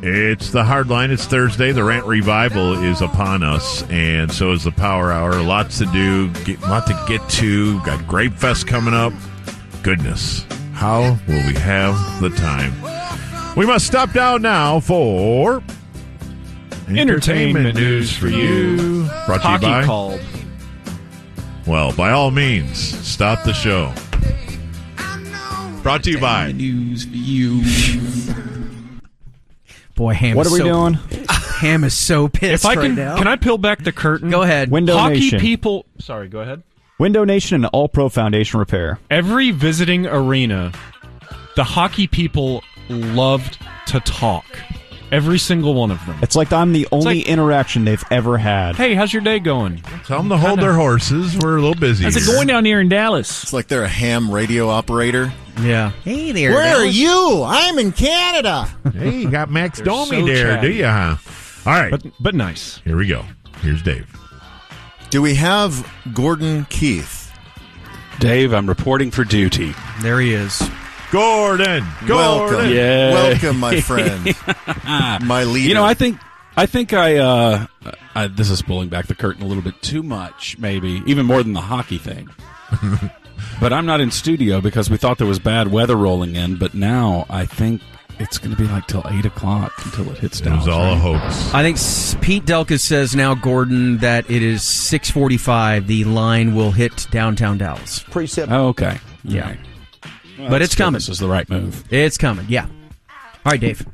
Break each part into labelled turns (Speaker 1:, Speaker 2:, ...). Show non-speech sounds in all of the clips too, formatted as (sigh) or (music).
Speaker 1: It's the hard line. It's Thursday. The rant revival is upon us, and so is the power hour. Lots to do, get, lot to get to. Got Grape Fest coming up. Goodness, how will we have the time? We must stop down now for
Speaker 2: Entertainment news for you.
Speaker 1: Brought to you
Speaker 2: Hockey
Speaker 1: by
Speaker 2: called.
Speaker 1: well, by all means, stop the show. Brought to you by
Speaker 2: News for you.
Speaker 3: Boy, ham.
Speaker 4: What
Speaker 3: is
Speaker 4: are we
Speaker 3: so,
Speaker 4: doing?
Speaker 3: Ham is so pissed
Speaker 2: If I
Speaker 3: right
Speaker 2: can,
Speaker 3: now.
Speaker 2: can I peel back the curtain?
Speaker 3: Go ahead.
Speaker 4: Window
Speaker 2: Hockey
Speaker 4: Nation.
Speaker 2: people. Sorry, go ahead.
Speaker 4: Window Nation and All Pro Foundation Repair.
Speaker 2: Every visiting arena, the hockey people loved to talk. Every single one of them.
Speaker 4: It's like I'm the only
Speaker 2: like-
Speaker 4: interaction they've ever had.
Speaker 2: Hey, how's your day going?
Speaker 1: Tell them to hold their horses. We're a little busy.
Speaker 2: How's it
Speaker 1: here.
Speaker 2: going down here in Dallas?
Speaker 5: It's like they're a ham radio operator.
Speaker 3: yeah. Hey there.
Speaker 5: Where are
Speaker 3: Dallas.
Speaker 5: you? I'm in Canada.
Speaker 1: Hey, you got Max Domi
Speaker 2: so
Speaker 1: there,
Speaker 2: chatty.
Speaker 1: do you? Huh? All right,
Speaker 2: But but nice.
Speaker 1: here we go. Here's Dave.
Speaker 5: (laughs) Do we have Gordon Keith?
Speaker 6: Dave, I'm reporting for duty.
Speaker 3: There he is.
Speaker 1: Gordon, Gordon.
Speaker 5: Welcome.
Speaker 6: Yay.
Speaker 5: Welcome, my
Speaker 6: (laughs)
Speaker 5: friend. my leader.
Speaker 6: You know, I think I think I, uh, I this is pulling back the curtain a little bit too much, maybe even more than the hockey thing. but I'm not in studio because we thought there was bad weather rolling in, but now I think it's going to be like till eight o'clock until it hits
Speaker 1: It
Speaker 6: down.
Speaker 1: was all a hoax.
Speaker 3: I think S- Pete Delka says now, Gordon, that it is 6:45. The line will hit downtown Dallas.
Speaker 6: Oh, okay,
Speaker 3: Yeah.
Speaker 6: Right. Well,
Speaker 3: But
Speaker 6: that's
Speaker 3: it's
Speaker 6: good.
Speaker 3: coming.
Speaker 6: This is the right move.
Speaker 3: It's coming. Yeah. All right, Dave.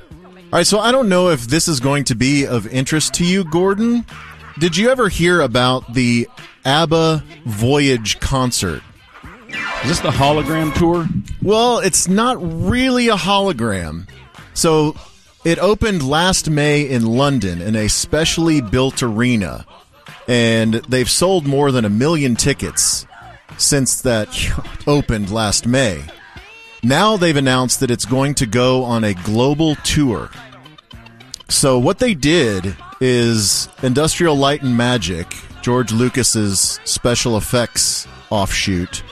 Speaker 5: All right, so I don't know if this is going to be of interest to you, Gordon. Did you ever hear about the ABBA Voyage concert?
Speaker 6: Is this the hologram tour?
Speaker 5: Well, it's not really a hologram. So it opened last May in London in a specially built arena, and they've sold more than a million tickets since that opened last May. Now they've announced that it's going to go on a global tour. So what they did is Industrial Light and Magic, George Lucas's special effects offshoot.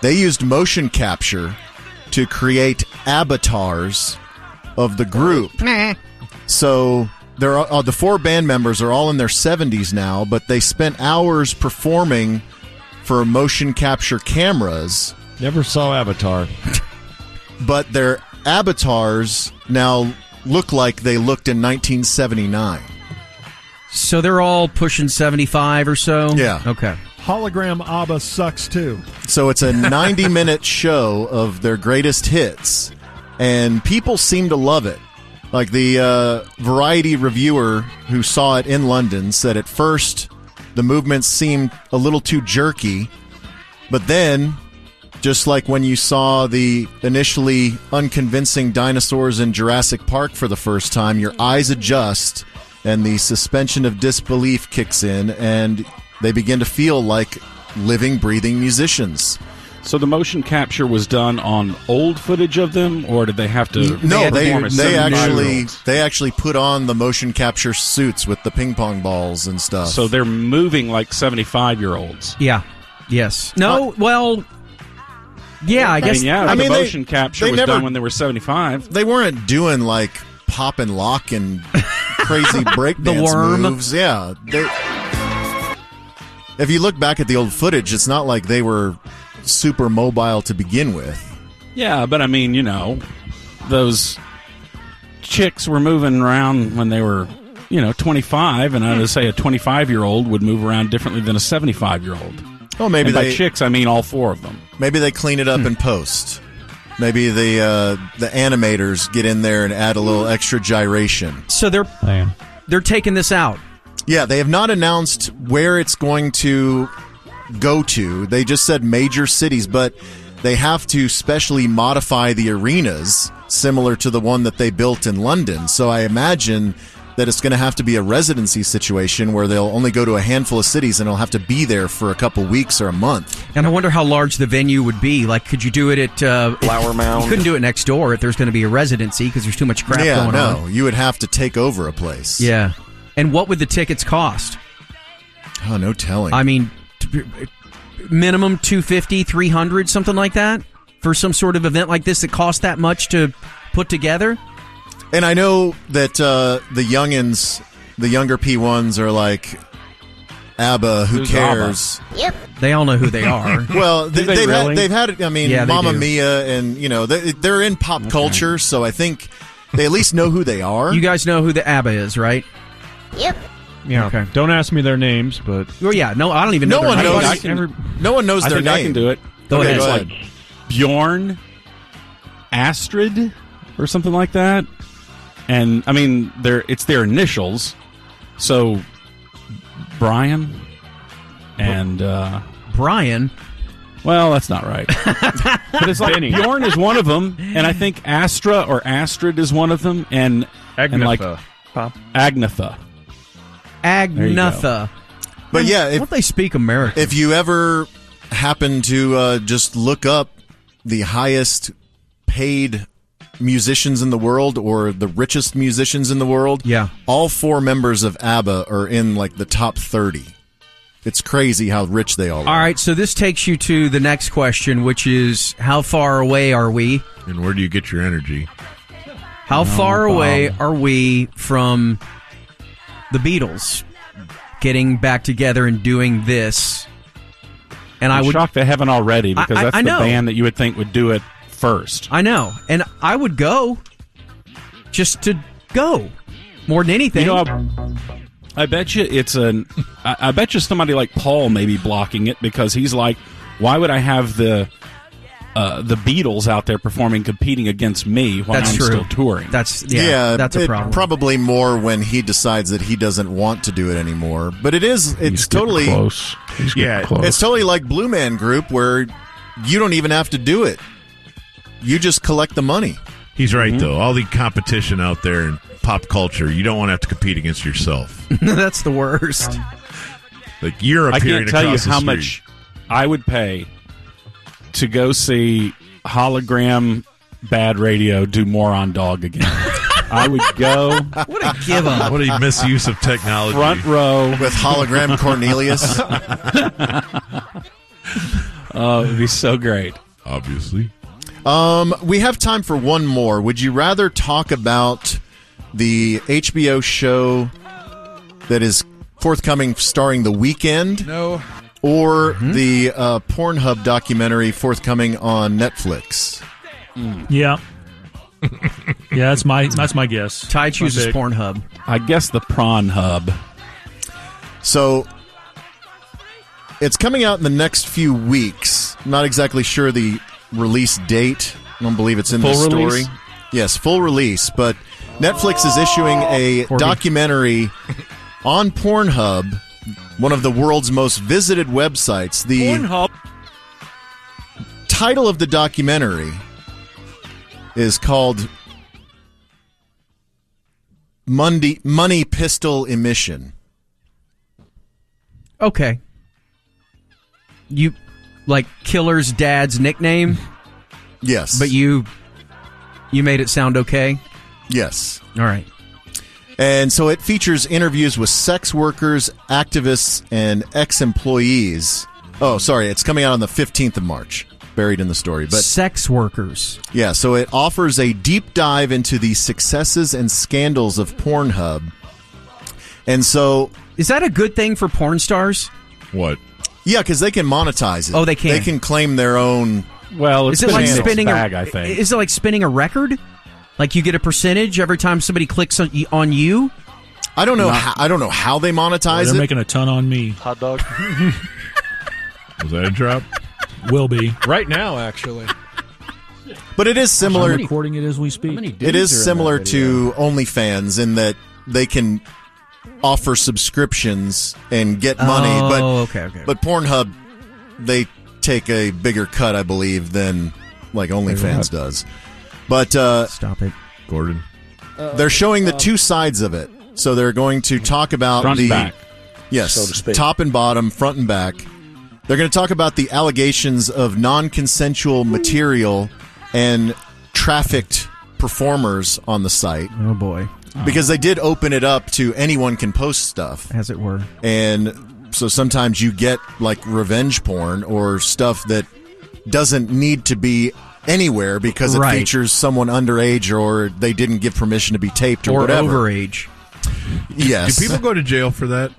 Speaker 5: They used motion capture to create avatars of the group. So there are uh, the four band members are all in their 70s now, but they spent hours performing for motion capture cameras,
Speaker 7: Never saw Avatar.
Speaker 5: (laughs) but their avatars now look like they looked in 1979.
Speaker 3: So they're all pushing 75 or so.
Speaker 5: Yeah.
Speaker 3: Okay.
Speaker 7: Hologram ABBA sucks too.
Speaker 5: So it's a 90 minute (laughs) show of their greatest hits, and people seem to love it. Like the uh, Variety reviewer who saw it in London said at first the movements seemed a little too jerky, but then, just like when you saw the initially unconvincing dinosaurs in Jurassic Park for the first time, your eyes adjust and the suspension of disbelief kicks in, and they begin to feel like living, breathing musicians.
Speaker 6: So the motion capture was done on old footage of them, or did they have to?
Speaker 5: No,
Speaker 6: perform
Speaker 5: they
Speaker 6: as
Speaker 5: they
Speaker 6: 75
Speaker 5: actually
Speaker 6: -year-olds?
Speaker 5: they actually put on the motion capture suits with the ping pong balls and stuff.
Speaker 6: So they're moving like 75 year olds.
Speaker 3: Yeah. Yes. No. well. Yeah, I
Speaker 6: I,
Speaker 3: guess.
Speaker 6: mean, yeah,
Speaker 5: I
Speaker 6: the
Speaker 5: mean, they-
Speaker 6: motion capture
Speaker 5: they
Speaker 6: was
Speaker 5: never-
Speaker 6: done when they were 75.
Speaker 5: they weren't doing like pop and lock and (laughs) crazy breakdance
Speaker 3: worm.
Speaker 5: moves. Yeah, they. If you look back at the old footage, it's not like they were super mobile to begin with.
Speaker 6: Yeah, but I mean, you know, those chicks were moving around when they were, you know, 25, and I would say a 25 year old would move around differently than a 75 year old.
Speaker 5: Oh, maybe
Speaker 6: And by
Speaker 5: they Hmm.
Speaker 6: chicks, I mean all four of them.
Speaker 5: maybe they clean it up in post. Maybe the uh, the animators get in there and add a little extra gyration.
Speaker 3: So they're
Speaker 4: Man.
Speaker 3: they're taking this out.
Speaker 5: Yeah, they have not announced where it's going to go to. They just said major cities, but they have to specially modify the arenas similar to the one that they built in London. So I imagine that it's going to have to be a residency situation where they'll only go to a handful of cities and they'll have to be there for a couple weeks or a month.
Speaker 3: And I wonder how large the venue would be. Like, could you do it at uh, Flower Mound? You couldn't do it next door if there's going to be a residency because there's too much crap
Speaker 5: yeah,
Speaker 3: going
Speaker 5: no,
Speaker 3: on.
Speaker 5: you would have to take over a place.
Speaker 3: Yeah. And what would the tickets cost?
Speaker 5: Oh, no telling.
Speaker 3: I mean, t- minimum 250, 300, something like that for some sort of event like this that costs that much to put together.
Speaker 5: And I know that uh, the youngins, the younger P1s are like, ABBA, who
Speaker 6: Who's
Speaker 5: cares?
Speaker 3: They all know who they
Speaker 5: (laughs)
Speaker 3: are.
Speaker 6: (laughs)
Speaker 5: Well, they,
Speaker 6: they
Speaker 5: have
Speaker 6: really?
Speaker 5: had, they've had, I mean,
Speaker 3: Yeah, they
Speaker 5: Mamma
Speaker 3: do.
Speaker 5: Mia, and, you know, they, they're in pop culture, so I think they at least know who they are.
Speaker 3: you guys know who the ABBA is, right?
Speaker 2: Yeah.
Speaker 3: Okay.
Speaker 2: Don't ask me their names, but
Speaker 3: Well, yeah. No, I don't even
Speaker 5: No
Speaker 3: know. their
Speaker 5: one
Speaker 3: names.
Speaker 5: knows.
Speaker 6: I can-
Speaker 2: every,
Speaker 5: no one knows
Speaker 6: I
Speaker 5: their
Speaker 6: think
Speaker 5: name.
Speaker 6: I can do it.
Speaker 3: Go
Speaker 5: Okay,
Speaker 3: ahead.
Speaker 5: go ahead.
Speaker 6: It's like Bjorn, Astrid, or something like that. And I mean, they're it's their initials. So Brian and uh,
Speaker 3: Brian.
Speaker 6: well, that's not right. but it's like Bjorn is one of them, and I think Astra or Astrid is one of them, and and like
Speaker 2: Agnetha.
Speaker 6: Agnetha. you go.
Speaker 3: Agnetha.
Speaker 5: But yeah, if,
Speaker 3: Don't they speak American?
Speaker 5: if you ever happen to uh, just look up the highest paid musicians in the world or the richest musicians in the world,
Speaker 3: Yeah.
Speaker 5: all four members of ABBA are in like the top 30. It's crazy how rich they all are.
Speaker 3: All right, so this takes you to the next question, which is how far away are we?
Speaker 1: And where do you get your energy?
Speaker 3: How far away are we from the Beatles getting back together and doing this? And I
Speaker 6: I'm
Speaker 3: would
Speaker 6: shocked they haven't already because
Speaker 3: I-
Speaker 6: that's
Speaker 3: I
Speaker 6: the
Speaker 3: know.
Speaker 6: band that you would think would do it first.
Speaker 3: I know. And I would go just to go more than anything.
Speaker 6: You know, I, I bet you it's an. I, I bet you somebody like Paul may be blocking it because he's like, why would I have the uh, the Beatles out there performing, competing against me while
Speaker 3: that's
Speaker 6: I'm
Speaker 3: true.
Speaker 6: still touring?
Speaker 3: That's yeah, that's a
Speaker 5: it-
Speaker 3: problem.
Speaker 5: Probably more when he decides that he doesn't want to do it anymore. But it is, it's totally, uh,
Speaker 6: close.
Speaker 1: Yeah,
Speaker 5: it's totally like Blue Man Group where you don't even have to do it. You just collect the money.
Speaker 1: he's right
Speaker 6: Mm-hmm.
Speaker 1: though. All the competition out there in pop culture, you don't want to have to compete against
Speaker 6: (laughs)
Speaker 1: yourself.
Speaker 3: (laughs) that's the worst.
Speaker 1: Like you're
Speaker 6: I
Speaker 1: appearing
Speaker 6: can't tell you
Speaker 1: across the
Speaker 6: how
Speaker 1: street.
Speaker 6: much I would pay to go see hologram bad radio do moron dog again. I would go
Speaker 3: What a give
Speaker 6: (laughs)
Speaker 3: up.
Speaker 1: What a misuse of technology.
Speaker 6: front row.
Speaker 5: with hologram Cornelius.
Speaker 6: Oh, it'd be so great.
Speaker 1: Obviously.
Speaker 5: um, we have time for one more. Would you rather talk about the HBO show that is forthcoming starring The Weekend? No. Or the uh, Pornhub documentary forthcoming on Netflix?
Speaker 8: Yeah. yeah, that's my that's my guess.
Speaker 3: Ty
Speaker 8: That's my
Speaker 3: chooses
Speaker 8: pick.
Speaker 3: Pornhub.
Speaker 6: I guess the prawn hub.
Speaker 5: So it's coming out in the next few weeks. Not exactly sure the release date. I don't believe it's in
Speaker 6: Full
Speaker 5: the story.
Speaker 6: release?
Speaker 5: Yes, full release. But Netflix is issuing a documentary on Pornhub, one of the world's most visited websites. The title of the documentary is called Money Money Pistol Emission.
Speaker 3: Okay. You like killer's dad's (laughs) nickname,
Speaker 5: Yes,
Speaker 3: but you you made it sound okay.
Speaker 5: yes.
Speaker 3: All right.
Speaker 5: And so it features interviews with sex workers, activists, and ex employees. Oh, sorry, it's coming out on the 15th of March, buried in the story. But
Speaker 3: Sex workers.
Speaker 5: yeah, so it offers a deep dive into the successes and scandals of Pornhub. And so,
Speaker 3: Is that a good thing for porn stars?
Speaker 1: What?
Speaker 5: yeah, because they can monetize it.
Speaker 3: Oh, they can.
Speaker 5: They can claim their own.
Speaker 6: Well, it's
Speaker 3: Is it like
Speaker 5: mixed
Speaker 3: spinning
Speaker 6: bag,
Speaker 3: a
Speaker 6: I think.
Speaker 3: Is it like spinning a record? Like you get a percentage every time somebody clicks on, on you?
Speaker 5: I don't know. How, I don't know how they monetize
Speaker 8: They're
Speaker 5: it.
Speaker 8: making a ton on me.
Speaker 9: Hot dog.
Speaker 1: Was that a drop?
Speaker 8: Will be.
Speaker 7: Right now, actually.
Speaker 5: but it is similar.
Speaker 8: I'm recording it as we speak.
Speaker 5: It is similar to OnlyFans in that they can offer subscriptions and get money,
Speaker 3: oh,
Speaker 5: but
Speaker 3: okay, okay.
Speaker 5: But Pornhub, they take a bigger cut, I believe, than like OnlyFans does. But uh,
Speaker 3: Stop it.
Speaker 1: Gordon.
Speaker 5: they're showing the two sides of it, so they're going to talk about
Speaker 6: Front
Speaker 5: the
Speaker 6: and back.
Speaker 5: yes,
Speaker 9: so to speak.
Speaker 5: top and bottom, front and back. They're going to talk about the allegations of non-consensual material and trafficked performers on the site
Speaker 3: Oh boy,
Speaker 5: because they did open it up to anyone can post stuff
Speaker 3: as it were.
Speaker 5: and so sometimes you get like revenge porn or stuff that doesn't need to be anywhere because it
Speaker 3: Right.
Speaker 5: features someone underage or they didn't give permission to be taped or,
Speaker 3: or
Speaker 5: whatever.
Speaker 3: overage.
Speaker 1: Do
Speaker 5: Yes.
Speaker 1: people go to jail for that?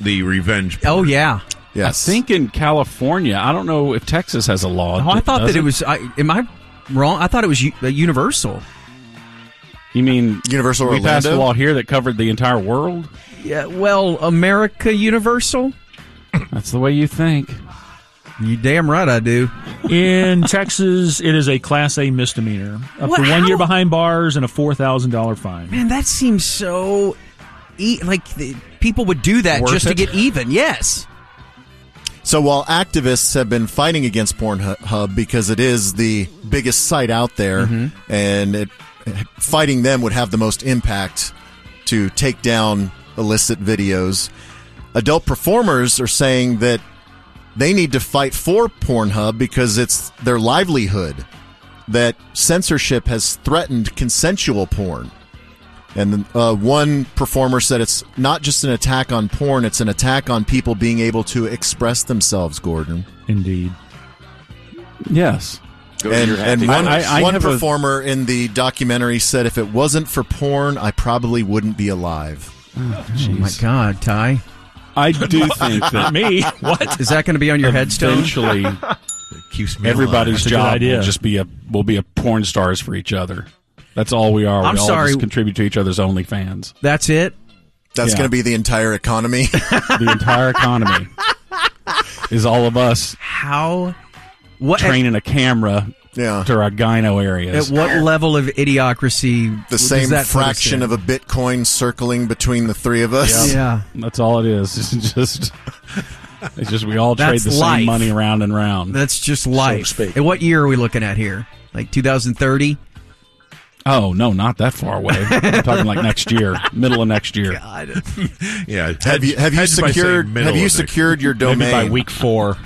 Speaker 1: The revenge.
Speaker 3: Oh yeah.
Speaker 5: yes.
Speaker 6: I think in California, I don't know if Texas has a law.
Speaker 3: Oh, I thought that
Speaker 6: does
Speaker 3: it was. I, am I wrong? I thought it was u- uh, universal.
Speaker 6: You mean
Speaker 5: Universal
Speaker 6: we passed a
Speaker 5: Orlando?
Speaker 6: law here that covered the entire world?
Speaker 3: Yeah. Well, America Universal.
Speaker 6: That's the way you think.
Speaker 3: You damn right I do.
Speaker 8: In Texas, it is a Class A misdemeanor, up
Speaker 3: What?
Speaker 8: to one year
Speaker 3: How?
Speaker 8: behind bars and a four thousand dollar fine.
Speaker 3: Man, that seems so. E- like the, people would do that
Speaker 1: Worth
Speaker 3: just to
Speaker 1: it?
Speaker 3: get even. Yes.
Speaker 5: So while activists have been fighting against Pornhub because it is the biggest site out there, and it, fighting them would have the most impact to take down illicit videos, adult performers are saying that they need to fight for Pornhub because it's their livelihood. That censorship has threatened consensual porn. And uh, one performer said it's not just an attack on porn, it's an attack on people being able to express themselves, Gordon.
Speaker 8: Indeed.
Speaker 6: Yes.
Speaker 5: And, and one,
Speaker 6: I- I
Speaker 5: one
Speaker 6: have a-
Speaker 5: performer in the documentary said if it wasn't for porn, I probably wouldn't be alive.
Speaker 3: Oh my God, Ty, (laughs)
Speaker 6: I do think
Speaker 8: Not
Speaker 6: that
Speaker 8: me. What?
Speaker 3: is that going to be on
Speaker 5: (laughs)
Speaker 3: your headstone? (laughs)
Speaker 6: eventually
Speaker 1: It keeps me
Speaker 6: everybody's
Speaker 8: That's a good
Speaker 6: job
Speaker 8: idea.
Speaker 6: will just be a will be a porn stars for each other. That's all we are.
Speaker 3: I'm
Speaker 6: we all
Speaker 3: sorry.
Speaker 6: just contribute to each other's OnlyFans.
Speaker 3: That's it.
Speaker 5: That's
Speaker 6: Yeah.
Speaker 5: going to be the entire economy. (laughs)
Speaker 6: The entire
Speaker 3: (laughs)
Speaker 6: economy is all of us
Speaker 3: How? What? at-
Speaker 6: training a camera
Speaker 5: yeah.
Speaker 6: to our gyno
Speaker 3: Uh. At,
Speaker 6: areas.
Speaker 3: what level of idiocracy?
Speaker 5: The
Speaker 3: does
Speaker 5: same
Speaker 3: that put us
Speaker 5: fraction
Speaker 3: in?
Speaker 5: of a Bitcoin circling between the three of us.
Speaker 3: Yeah.
Speaker 6: That's all it is. (laughs) It's just it's just we all trade
Speaker 3: That's
Speaker 6: the
Speaker 3: life.
Speaker 6: same money around and round.
Speaker 3: That's just life.
Speaker 6: speak.
Speaker 3: And what year are we looking at here? Like 2030?
Speaker 6: Oh no, not that far away. I'm talking like next year, middle of next year,
Speaker 1: Yeah.
Speaker 5: (laughs) Have you have you secured have you secured your domain?
Speaker 6: maybe by week four.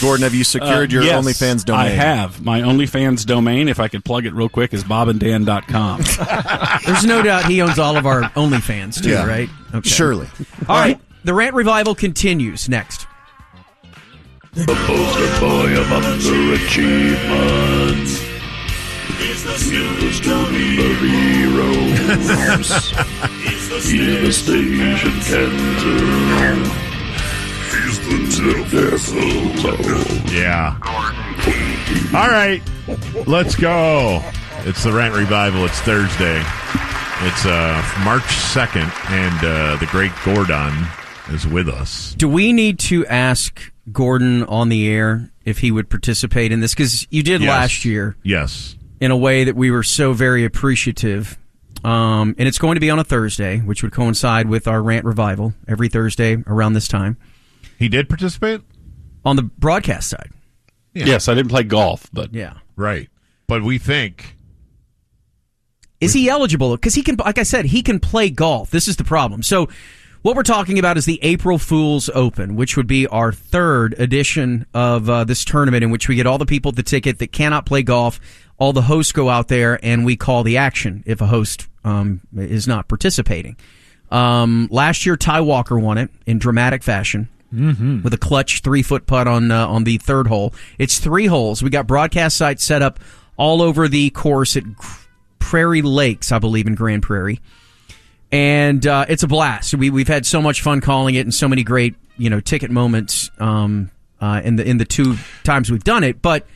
Speaker 5: Gordon, have you secured your
Speaker 6: Uh, Yes,
Speaker 5: OnlyFans domain?
Speaker 6: I have my OnlyFans domain. If I could plug it real quick, is
Speaker 3: (laughs)
Speaker 6: bobanddan.com.
Speaker 3: There's no doubt he owns all of our (laughs) OnlyFans, too,
Speaker 5: Yeah.
Speaker 3: right? Okay.
Speaker 5: Surely.
Speaker 3: All right. The rant revival continues next.
Speaker 1: Yeah. All right. Let's go. It's the Rant Revival. It's Thursday. It's uh, March 2nd, and uh, the great Gordon is with us.
Speaker 3: Do we need to ask Gordon on the air if he would participate in this? Because you did
Speaker 1: Yes.
Speaker 3: last year
Speaker 1: Yes.
Speaker 3: in a way that we were so very appreciative. Um, and it's going to be on a Thursday, which would coincide with our rant revival every Thursday around this time
Speaker 1: He did participate?
Speaker 3: on the broadcast side.
Speaker 6: Yes, I didn't play golf, but
Speaker 3: Yeah.
Speaker 1: Right. But we think.
Speaker 3: Is he eligible? Because he can, like I said, he can play golf. This is the problem. So, what we're talking about is the April Fool's Open, which would be our third edition of uh, this tournament, in which we get all the people at the ticket that cannot play golf. All the hosts go out there and we call the action if a host um, is not participating. Um, last year, Ty Walker won it in dramatic fashion with a clutch three foot putt on uh, on the third hole. It's three holes. We got broadcast sites set up all over the course at Gr- Prairie Lakes, I believe, in Grand Prairie, and uh, it's a blast. We we've had so much fun calling it, and so many great you know ticket moments um, uh, in the in the two times we've done it. But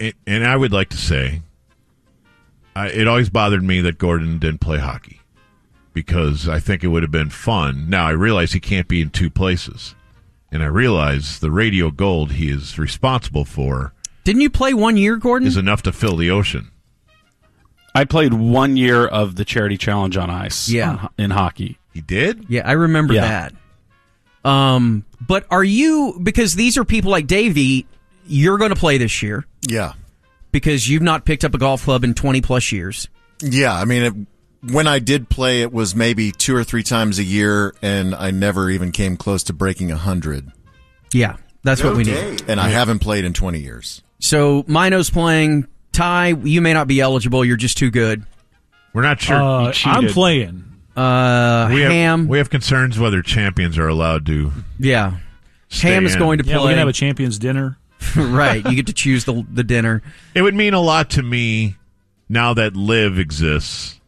Speaker 1: a- And I would like to say I, it always bothered me that Gordon didn't play hockey because I think it would have been fun. Now I realize he can't be in two places. And I realize the radio gold he is responsible for
Speaker 3: didn't you play one year, Gordon?
Speaker 1: is enough to fill the ocean.
Speaker 6: I played one year of the charity challenge on ice.
Speaker 3: Yeah.
Speaker 6: on- in hockey.
Speaker 1: He did?
Speaker 3: Yeah, I remember
Speaker 6: Yeah.
Speaker 3: that. Um, but are you because these are people like Davey? You're going to play this year.
Speaker 5: Yeah.
Speaker 3: because you've not picked up a golf club in 20 plus years.
Speaker 5: Yeah, I mean, it, when I did play, it was maybe two or three times a year, and I never even came close to breaking a hundred.
Speaker 3: Yeah, that's what we need.
Speaker 5: And I haven't played in twenty years.
Speaker 3: So Mino's playing. Ty, you may not be eligible. You're just too good.
Speaker 1: We're not sure.
Speaker 8: Uh, I'm playing.
Speaker 3: Uh,
Speaker 1: we have,
Speaker 3: Ham,
Speaker 1: we have concerns whether champions are allowed to.
Speaker 3: yeah,
Speaker 1: Stay
Speaker 3: Ham is
Speaker 1: in.
Speaker 3: going to
Speaker 8: Yeah, we're
Speaker 3: play.
Speaker 8: gonna have a champions dinner.
Speaker 3: (laughs) right. You get to choose the the dinner.
Speaker 1: It would mean a lot to me now that Live exists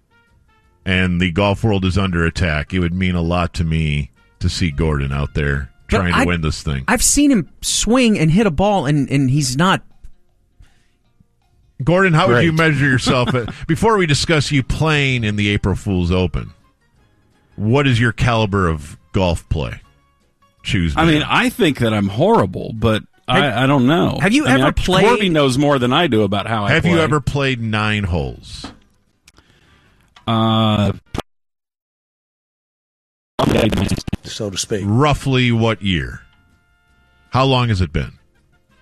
Speaker 1: and the golf world is under attack. It would mean a lot to me to see Gordon out there
Speaker 3: But
Speaker 1: trying to
Speaker 3: I-
Speaker 1: win this thing.
Speaker 3: I've seen him swing and hit a ball, and, and he's not.
Speaker 1: Gordon, how would
Speaker 6: Great.
Speaker 1: you measure
Speaker 3: (laughs)
Speaker 1: yourself at, before we discuss you playing in the April Fool's Open? What is your caliber of golf play? Choose.
Speaker 6: I
Speaker 1: me.
Speaker 6: mean, I think that I'm horrible, but I, I don't know.
Speaker 3: have you
Speaker 6: I mean,
Speaker 3: ever
Speaker 6: I-
Speaker 3: played-
Speaker 6: Corby knows more than I do about how I
Speaker 1: have
Speaker 6: play.
Speaker 1: you ever played nine holes?
Speaker 6: Uh,
Speaker 1: Roughly what year? How long has it been?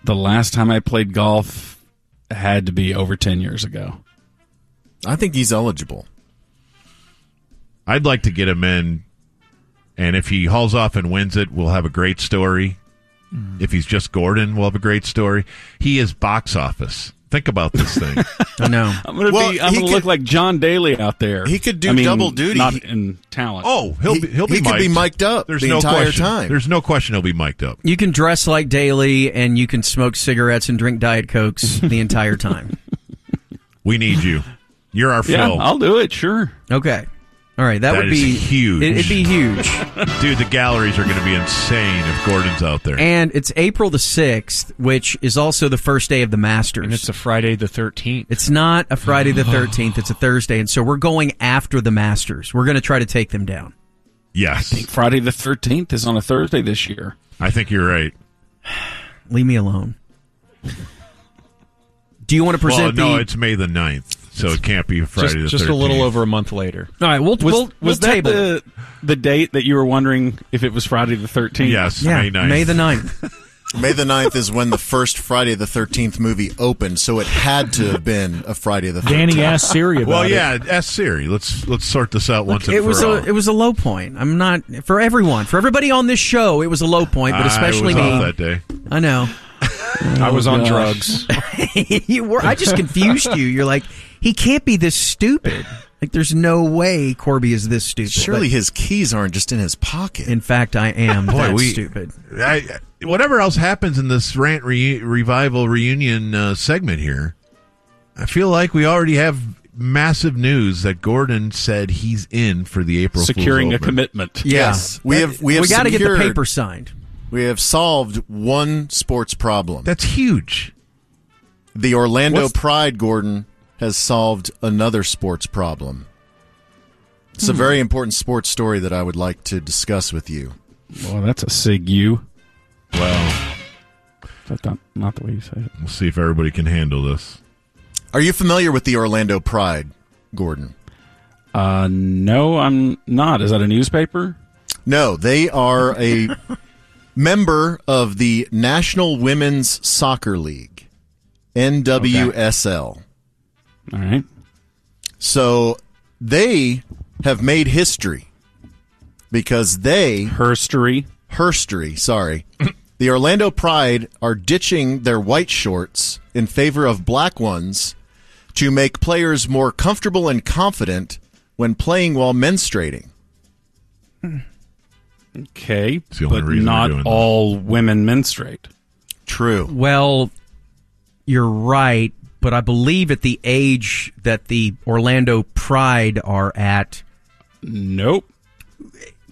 Speaker 6: the last time I played golf had to be over ten years ago.
Speaker 5: I think he's eligible.
Speaker 1: I'd like to get him in, and if he hauls off and wins it, we'll have a great story. If he's just Gordon, we'll have a great story. He is box office. Think about this thing.
Speaker 3: I know.
Speaker 6: I'm gonna
Speaker 5: Well,
Speaker 6: be. I'm
Speaker 5: he
Speaker 6: gonna look
Speaker 5: could-
Speaker 6: like John Daly out there.
Speaker 5: He could do
Speaker 6: I mean,
Speaker 5: double duty.
Speaker 6: not
Speaker 5: He-
Speaker 6: in talent.
Speaker 1: (laughs) oh, he'll be, he'll be
Speaker 5: he could be mic'd up
Speaker 1: There's
Speaker 5: the
Speaker 1: no
Speaker 5: entire
Speaker 1: question.
Speaker 5: time.
Speaker 1: There's no question he'll be mic'd up.
Speaker 3: You can dress like Daly, and you can smoke cigarettes and drink Diet Cokes the entire time.
Speaker 1: We need you. You're our
Speaker 6: yeah,
Speaker 1: Phil.
Speaker 6: I'll do it. Sure.
Speaker 3: Okay. All right. That,
Speaker 1: That
Speaker 3: would
Speaker 1: is
Speaker 3: be
Speaker 1: huge.
Speaker 3: It, it'd be huge.
Speaker 1: (laughs) Dude, the galleries are going to be insane if Gordon's out there.
Speaker 3: and it's April the sixth, which is also the first day of the Masters.
Speaker 2: And it's a Friday the 13th.
Speaker 3: It's not a Friday
Speaker 1: Oh.
Speaker 3: the 13th, it's a Thursday. And so we're going after the Masters. We're going to try to take them down.
Speaker 1: yes. I think,
Speaker 6: Friday the 13th is on a Thursday this year.
Speaker 1: you're right.
Speaker 3: Leave me alone. Do you want to
Speaker 1: Well,
Speaker 3: present
Speaker 1: no,
Speaker 3: the.
Speaker 1: it's May the 9th, so it can't be Friday
Speaker 2: just,
Speaker 1: the 13th.
Speaker 2: just a little over a month later.
Speaker 3: all right, we'll,
Speaker 6: Was,
Speaker 3: we'll,
Speaker 6: was
Speaker 3: we'll
Speaker 6: that
Speaker 3: table. it.
Speaker 6: the, the date that you were wondering if it was Friday the 13th?
Speaker 1: Yes,
Speaker 3: yeah,
Speaker 1: May 9th.
Speaker 3: the 9th.
Speaker 5: May the 9th is when the first Friday the 13th movie opened, so it had to have been a Friday the 13th.
Speaker 8: Danny asked Siri about
Speaker 1: Well,
Speaker 8: it.
Speaker 1: yeah, ask Siri. Let's let's sort this out once and
Speaker 3: it was
Speaker 1: for
Speaker 3: a
Speaker 1: all.
Speaker 3: it was a low point. I'm not for everyone, for everybody on this show. It was a low point, but especially
Speaker 1: I was off
Speaker 3: me.
Speaker 1: that day.
Speaker 3: I know
Speaker 2: I was on drugs.
Speaker 3: (laughs) you were. I just confused you. You're like, he can't be this stupid. Like, there's no way Corby is this stupid.
Speaker 5: Surely his keys aren't just in his pocket.
Speaker 3: But in fact, I am
Speaker 1: Boy,
Speaker 3: that
Speaker 1: we-
Speaker 3: stupid.
Speaker 1: I, whatever else happens in this rant re- revival reunion uh, segment here, I feel like we already have massive news that Gordon said he's in for the April Fool's
Speaker 6: Securing a
Speaker 1: Open.
Speaker 6: commitment.
Speaker 5: Yes, we have- we have
Speaker 3: we gotta get the
Speaker 5: secured-
Speaker 3: paper signed.
Speaker 5: we have solved one sports problem.
Speaker 1: That's huge.
Speaker 5: the Orlando
Speaker 1: What's-
Speaker 5: Pride, Gordon, has solved another sports problem. It's a very important sports story that I would like to discuss with you.
Speaker 6: Well, that's a sig you.
Speaker 1: Well,
Speaker 6: That's not, not the way you say it.
Speaker 1: we'll see if everybody can handle this.
Speaker 5: Are you familiar with the Orlando Pride, Gordon?
Speaker 6: Uh, no, I'm not. Is that a newspaper?
Speaker 5: No, they are a member of the National Women's Soccer League, NWSL.
Speaker 6: All right.
Speaker 5: So they have made history because they,
Speaker 6: Herstory.
Speaker 5: herstory, sorry, the Orlando Pride are ditching their white shorts in favor of black ones to make players more comfortable and confident when playing while menstruating.
Speaker 6: Okay.
Speaker 1: It's the only
Speaker 6: but
Speaker 1: reason they're
Speaker 6: not
Speaker 1: doing this.
Speaker 6: all women menstruate.
Speaker 5: True.
Speaker 3: Well, you're right, but I believe at the age that the Orlando Pride are at,
Speaker 6: Nope.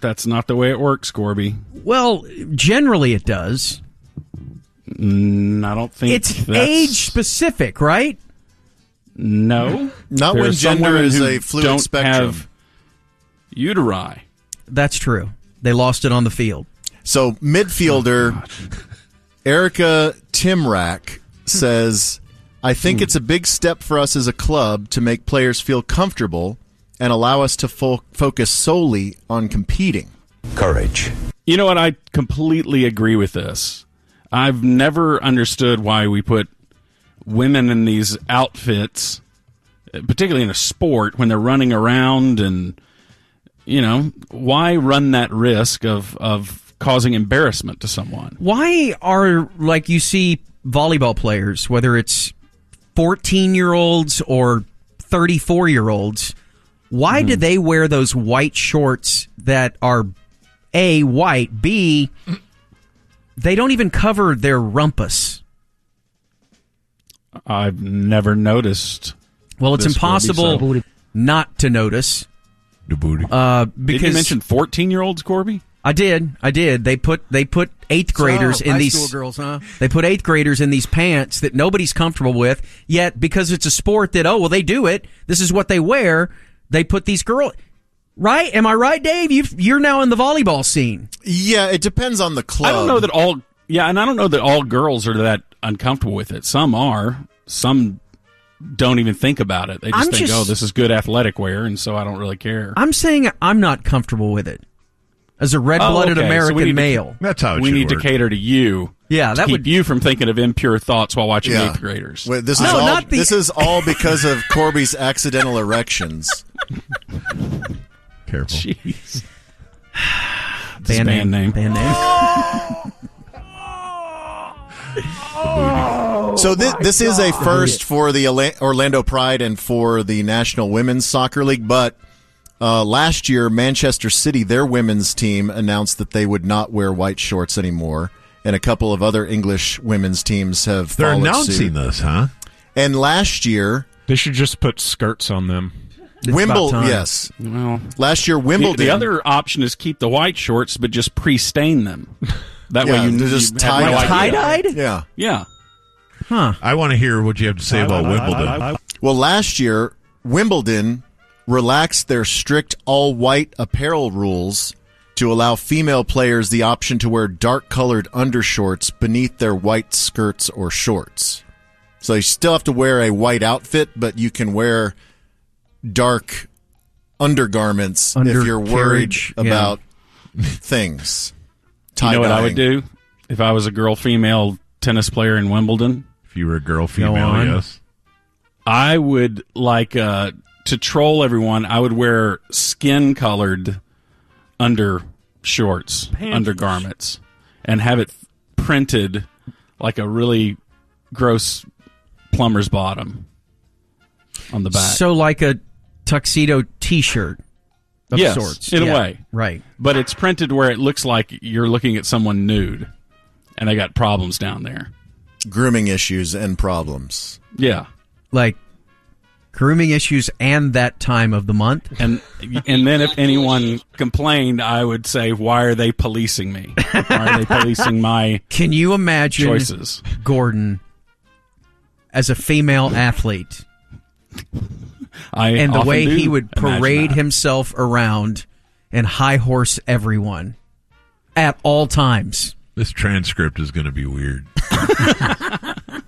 Speaker 6: That's not the way it works, Corby.
Speaker 3: well, generally it does.
Speaker 6: Mm, I don't think
Speaker 3: It's
Speaker 6: that's-
Speaker 3: age specific, right?
Speaker 6: No,
Speaker 5: Not
Speaker 6: There
Speaker 5: when
Speaker 6: are some
Speaker 5: gender
Speaker 6: women
Speaker 5: is
Speaker 6: who
Speaker 5: a fluid
Speaker 6: don't
Speaker 5: spectrum.
Speaker 6: Have uteri.
Speaker 3: That's true. They lost it on the field.
Speaker 5: So
Speaker 6: Oh,
Speaker 5: midfielder
Speaker 6: (laughs)
Speaker 5: Erica Timrak says, "I think
Speaker 6: Hmm.
Speaker 5: it's a big step for us as a club to make players feel comfortable and allow us to fo- focus solely on competing."
Speaker 9: Courage.
Speaker 6: You know what? I completely agree with this. I've never understood why we put women in these outfits, particularly in a sport when they're running around and you know why run that risk of of causing embarrassment to someone.
Speaker 3: Why are like you see volleyball players, whether it's fourteen year olds or thirty four year olds, why
Speaker 6: Hmm.
Speaker 3: do they wear those white shorts that are A white, B they don't even cover their rumpus.
Speaker 6: I've never noticed.
Speaker 3: Well, it's
Speaker 6: This will be
Speaker 3: impossible not to notice
Speaker 1: The booty.
Speaker 3: uh,
Speaker 6: Did
Speaker 3: because
Speaker 6: you mention fourteen-year-olds, Corby?
Speaker 3: I did, I did. They put they put eighth graders in these
Speaker 9: girls, huh?
Speaker 3: They put eighth graders in these pants that nobody's comfortable with. Yet, because it's a sport that oh well, they do it. This is what they wear. They put these girl. Right? Am I right, Dave? You you're now in the volleyball scene.
Speaker 5: Yeah, it depends on the club.
Speaker 6: I don't know that all. Yeah, and I don't know that all girls are that uncomfortable with it. Some are. Some don't even think about it. They just
Speaker 3: I'm
Speaker 6: think,
Speaker 3: just-
Speaker 6: "Oh, this is good athletic wear," and so I don't really care.
Speaker 3: I'm saying I'm not comfortable with it as a red blooded
Speaker 6: Oh, okay, so we
Speaker 3: American
Speaker 6: need to-
Speaker 3: male.
Speaker 1: That's how it
Speaker 6: we
Speaker 1: should
Speaker 6: need
Speaker 1: work.
Speaker 6: to cater to you.
Speaker 3: Yeah,
Speaker 6: to
Speaker 3: that
Speaker 6: keep
Speaker 3: would-
Speaker 6: you from thinking of impure thoughts while watching
Speaker 5: Yeah.
Speaker 6: eighth graders. (laughs)
Speaker 5: Wait, this is
Speaker 3: No,
Speaker 5: all.
Speaker 3: not the-
Speaker 5: This is all because of Corby's accidental erections.
Speaker 1: Careful.
Speaker 6: Jeez.
Speaker 3: band,
Speaker 6: band name.
Speaker 3: Band
Speaker 6: (laughs)
Speaker 3: name.
Speaker 5: so thi- this is a first for the Ala- Orlando Pride and for the National Women's Soccer League. But uh, last year, Manchester City, their women's team, announced that they would not wear white shorts anymore, and a couple of other English women's teams have.
Speaker 1: They're
Speaker 5: followed
Speaker 1: announcing
Speaker 5: suit.
Speaker 1: this, huh?
Speaker 5: And last year,
Speaker 2: They should just put skirts on them.
Speaker 5: Wimbledon.
Speaker 3: time.
Speaker 5: Yes,
Speaker 6: Well,
Speaker 5: last year
Speaker 6: the,
Speaker 5: Wimbledon.
Speaker 6: the other option is keep the white shorts, but just
Speaker 5: (laughs)
Speaker 6: pre-stain them. That
Speaker 5: Yeah,
Speaker 6: way you
Speaker 5: they're just
Speaker 6: you have no
Speaker 5: tie-dyed.
Speaker 3: Tie
Speaker 6: idea.
Speaker 3: dyed?
Speaker 5: yeah.
Speaker 6: Yeah.
Speaker 1: I want to hear what you have to say about Wimbledon.
Speaker 5: Well, last year, Wimbledon relaxed their strict all white apparel rules to allow female players the option to wear dark colored undershorts beneath their white skirts or shorts. So you still have to wear a white outfit, but you can wear dark undergarments if you're worried
Speaker 3: Undercarriage, yeah.
Speaker 5: about things.
Speaker 6: You know what I would
Speaker 5: Tie-dyeing.
Speaker 6: do if I was a girl female tennis player in Wimbledon?
Speaker 1: If you were a girl, female,
Speaker 3: on.
Speaker 1: yes.
Speaker 6: I would like uh, to troll everyone. I would wear skin colored under shorts, undergarments, and have it printed like a really gross plumber's bottom on the back.
Speaker 3: So like a tuxedo t shirt of
Speaker 6: Yes,
Speaker 3: sorts.
Speaker 6: in a
Speaker 3: Yeah,
Speaker 6: way.
Speaker 3: Right.
Speaker 6: but it's printed where it looks like you're looking at someone nude, and they got problems down there.
Speaker 5: Grooming issues and problems.
Speaker 6: Yeah.
Speaker 3: Like grooming issues and that time of the month.
Speaker 6: and and then if anyone complained, I would say, "Why are they policing me? Why are they policing my
Speaker 3: Can you imagine
Speaker 6: choices?"
Speaker 3: Gordon as a female athlete
Speaker 6: I
Speaker 3: and the
Speaker 6: often
Speaker 3: way
Speaker 6: do
Speaker 3: he would
Speaker 6: imagine
Speaker 3: parade
Speaker 6: that.
Speaker 3: himself around and high horse everyone at all times?
Speaker 1: This transcript is going to be weird. (laughs)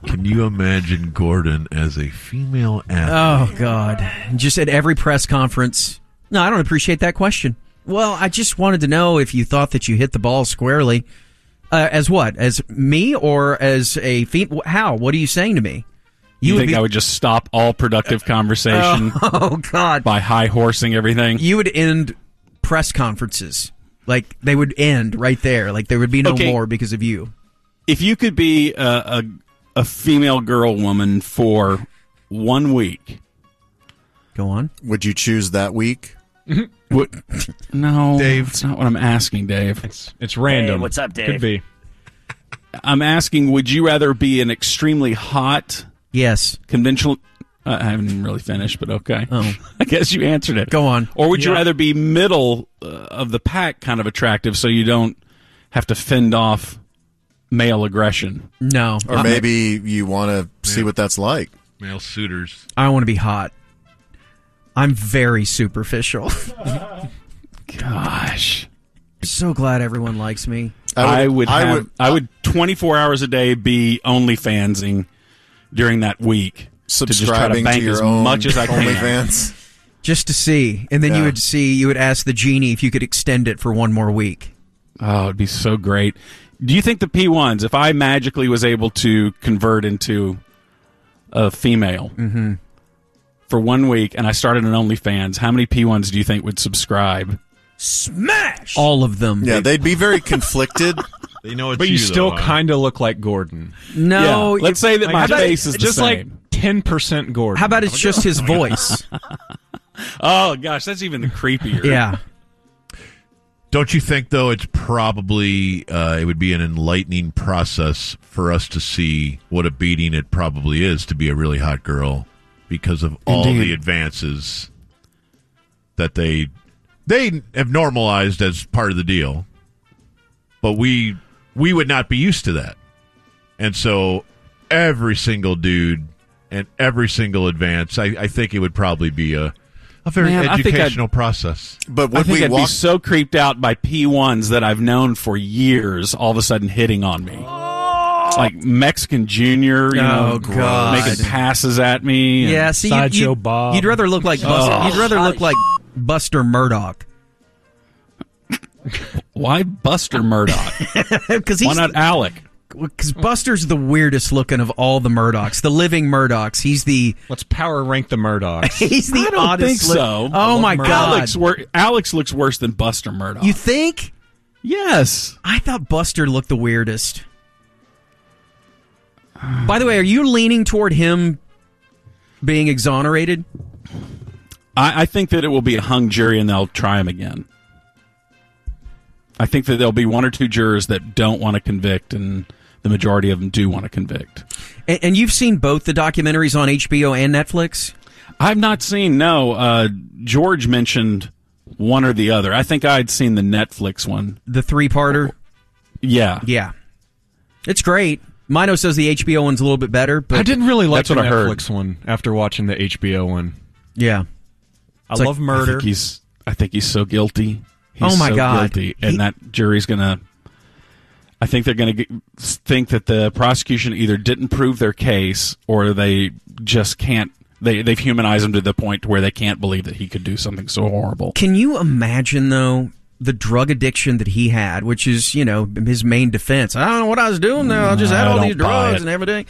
Speaker 1: Can you imagine Gordon as a female athlete?
Speaker 2: Uh,
Speaker 3: Oh God! Just at every press conference. No, I don't appreciate that question. Well, I just wanted to know if you thought that you hit the ball squarely. Uh, as what? As me or as a feet? How? What are you saying to me?
Speaker 6: You,
Speaker 3: would
Speaker 6: think
Speaker 3: be-
Speaker 6: I would just stop all productive conversation
Speaker 3: (laughs) Oh God!
Speaker 6: (laughs) by high horsing everything?
Speaker 3: You would end press conferences like they would end right there. Like there would be no
Speaker 6: Okay.
Speaker 3: more because of you.
Speaker 6: If you could be a, a a female girl woman for one week,
Speaker 3: Go on.
Speaker 5: Would you choose that week?
Speaker 6: would, no,
Speaker 1: Dave.
Speaker 6: it's not what I'm asking, Dave.
Speaker 2: It's it's random.
Speaker 9: what's up, Dave?
Speaker 2: Could be.
Speaker 6: I'm asking, would you rather be an extremely hot
Speaker 3: Yes.
Speaker 6: conventional. I haven't even really finished, but okay.
Speaker 3: Oh.
Speaker 6: (laughs) I guess you answered it.
Speaker 3: Go on.
Speaker 6: Or would you rather be middle uh, of the pack kind of attractive so you don't have to fend off male aggression?
Speaker 3: No.
Speaker 5: Or
Speaker 3: I-
Speaker 5: maybe you want to see what that's like.
Speaker 1: Male suitors.
Speaker 3: I want to be hot. I'm very superficial. (laughs)
Speaker 6: Gosh.
Speaker 3: so glad everyone likes me.
Speaker 6: I would
Speaker 5: I
Speaker 6: have,
Speaker 5: would
Speaker 6: I would 24 hours a day be OnlyFansing during that week
Speaker 5: subscribing to,
Speaker 6: to just try to bank
Speaker 5: your
Speaker 6: as
Speaker 5: own
Speaker 6: much as I can.
Speaker 5: OnlyFans.
Speaker 3: just to see and then you
Speaker 5: Yeah.
Speaker 3: would see you would ask the genie if you could extend it for one more week
Speaker 6: Oh, it'd be so great. Do you think the P1s, if I magically was able to convert into a female for one week and I started an OnlyFans, how many P1s do you think would subscribe?
Speaker 3: smash all of them
Speaker 5: Yeah, they'd be
Speaker 6: (laughs)
Speaker 5: very conflicted.
Speaker 1: They know it's
Speaker 2: But you, still
Speaker 1: though, huh?
Speaker 2: kind of look like Gordon.
Speaker 3: no
Speaker 6: Yeah. Let's say that
Speaker 2: Like,
Speaker 6: my
Speaker 2: how about-
Speaker 6: face is the
Speaker 2: just
Speaker 6: same.
Speaker 2: like ten percent Gordon.
Speaker 3: how about it's just his
Speaker 6: (laughs)
Speaker 3: voice
Speaker 6: oh gosh, that's even creepier.
Speaker 3: yeah
Speaker 1: Don't you think though it's probably uh, it would be an enlightening process for us to see what a beating it probably is to be a really hot girl because of all the
Speaker 6: Indeed.
Speaker 1: advances that they they have normalized as part of the deal. But we we would not be used to that. And so every single dude and every single advance, I, I think it would probably be a a very
Speaker 6: Man, I think I'd-
Speaker 1: educational process.
Speaker 5: But
Speaker 6: I
Speaker 5: would
Speaker 6: think
Speaker 5: we
Speaker 6: I'd be
Speaker 5: walk?
Speaker 6: so creeped out by P1s that I've known for years all of a sudden hitting on me. Like Mexican Junior, you
Speaker 3: Oh,
Speaker 6: know,
Speaker 3: God.
Speaker 6: making passes at me. and-
Speaker 3: Yeah, see, you,
Speaker 8: Sideshow
Speaker 3: you'd,
Speaker 8: Bob.
Speaker 3: you'd rather look like Buster,
Speaker 6: Oh.
Speaker 3: you'd rather look like Buster Murdoch (laughs)
Speaker 6: Why Buster Murdoch?
Speaker 3: because
Speaker 6: Why
Speaker 3: he's
Speaker 6: not Alec?
Speaker 3: because Buster's the weirdest looking of all the Murdochs, the living Murdochs. He's the
Speaker 2: Let's power rank the Murdochs.
Speaker 3: he's the
Speaker 6: I don't
Speaker 3: oddest.
Speaker 6: think
Speaker 3: li-
Speaker 6: so. I
Speaker 3: oh
Speaker 6: love
Speaker 3: my
Speaker 2: Murdoch.
Speaker 3: god,
Speaker 6: Alex, wor- Alex looks worse than Buster Murdoch.
Speaker 3: you think?
Speaker 6: yes.
Speaker 3: I thought Buster looked the weirdest. By the way, are you leaning toward him being exonerated?
Speaker 6: I, I think that it will be a hung jury and they'll try him again. I think that there'll be one or two jurors that don't want to convict, and the majority of them do want to convict.
Speaker 3: And, and you've seen both the documentaries on HBO and Netflix.
Speaker 6: I've not seen, no. Uh, George mentioned one or the other. I think I'd seen the Netflix one.
Speaker 3: The three-parter.
Speaker 6: Yeah.
Speaker 3: Yeah, it's great. Mino says the HBO one's a little bit better,
Speaker 2: (laughs)
Speaker 3: but
Speaker 2: I didn't really like
Speaker 6: That's what
Speaker 2: the
Speaker 6: I heard.
Speaker 2: Netflix one after watching the HBO one.
Speaker 3: yeah,
Speaker 2: I
Speaker 3: It's like-
Speaker 2: love
Speaker 6: I
Speaker 2: murder.
Speaker 6: think he's, I think he's so guilty. He's
Speaker 3: Oh, my
Speaker 6: so
Speaker 3: God.
Speaker 6: Guilty. And
Speaker 3: He-
Speaker 6: that jury's going to. I think they're going to think that the prosecution either didn't prove their case or they just can't. They, they've humanized him to the point where they can't believe that he could do something so horrible.
Speaker 3: Can you imagine though the drug addiction that he had, which is you know his main defense? I don't know what I was doing there. I just had
Speaker 6: I
Speaker 3: all
Speaker 6: don't
Speaker 3: these
Speaker 6: buy
Speaker 3: drugs
Speaker 6: it.
Speaker 3: and everything.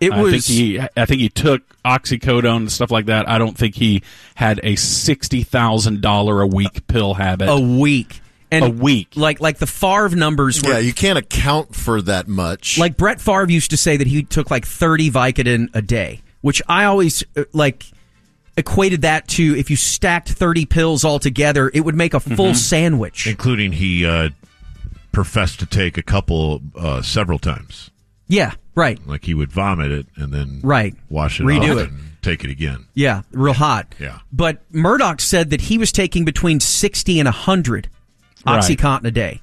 Speaker 3: It
Speaker 6: I think
Speaker 3: was
Speaker 6: he. I think he took oxycodone and stuff like that. I don't think he had a sixty thousand dollar a week pill habit.
Speaker 3: a week and
Speaker 6: A week.
Speaker 3: Like like the Favre numbers were.
Speaker 5: Yeah, you can't account for that much.
Speaker 3: Like Brett Favre used to say that he took like thirty Vicodin a day, which I always uh, like equated that to if you stacked thirty pills all together, it would make a
Speaker 6: Mm-hmm.
Speaker 3: full sandwich.
Speaker 1: including he uh, professed to take a couple uh, several times.
Speaker 3: Yeah, right.
Speaker 1: Like he would vomit it and then
Speaker 3: Right.
Speaker 1: wash it
Speaker 3: Redo
Speaker 1: off
Speaker 3: it.
Speaker 1: and take it again.
Speaker 3: Yeah, real hot.
Speaker 1: Yeah.
Speaker 3: But Murdoch said that he was taking between 60 and 100
Speaker 6: Right.
Speaker 3: Oxycontin a day.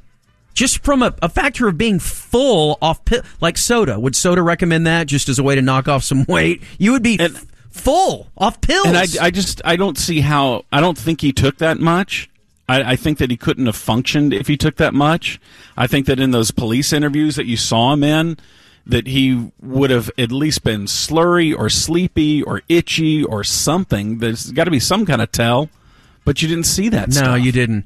Speaker 3: Just from a, a factor of being full off, pi- like soda. Would soda recommend that just as a way to knock off some weight? You would be
Speaker 6: And-
Speaker 3: f- full off pills.
Speaker 6: and I, I just I don't see how I don't think he took that much. I, I think that he couldn't have functioned if he took that much. I think that in those police interviews that you saw him in, that he would have at least been slurry or sleepy or itchy or something. There's got to be some kind of tell, but you didn't see that.
Speaker 3: no,
Speaker 6: stuff.
Speaker 3: you didn't.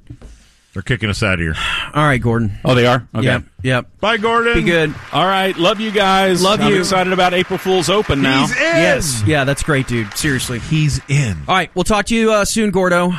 Speaker 1: They're kicking us out of here.
Speaker 3: All right, Gordon.
Speaker 6: Oh, they are. Okay.
Speaker 3: Yep, yep.
Speaker 1: Bye, Gordon.
Speaker 3: Be good.
Speaker 6: All right. Love you guys.
Speaker 3: Love
Speaker 6: I'm
Speaker 3: you.
Speaker 6: Excited about April Fool's Open now.
Speaker 1: He's in.
Speaker 3: Yes. Yeah, that's great, dude. Seriously.
Speaker 1: He's in.
Speaker 3: All right, we'll talk to you uh, soon, Gordo.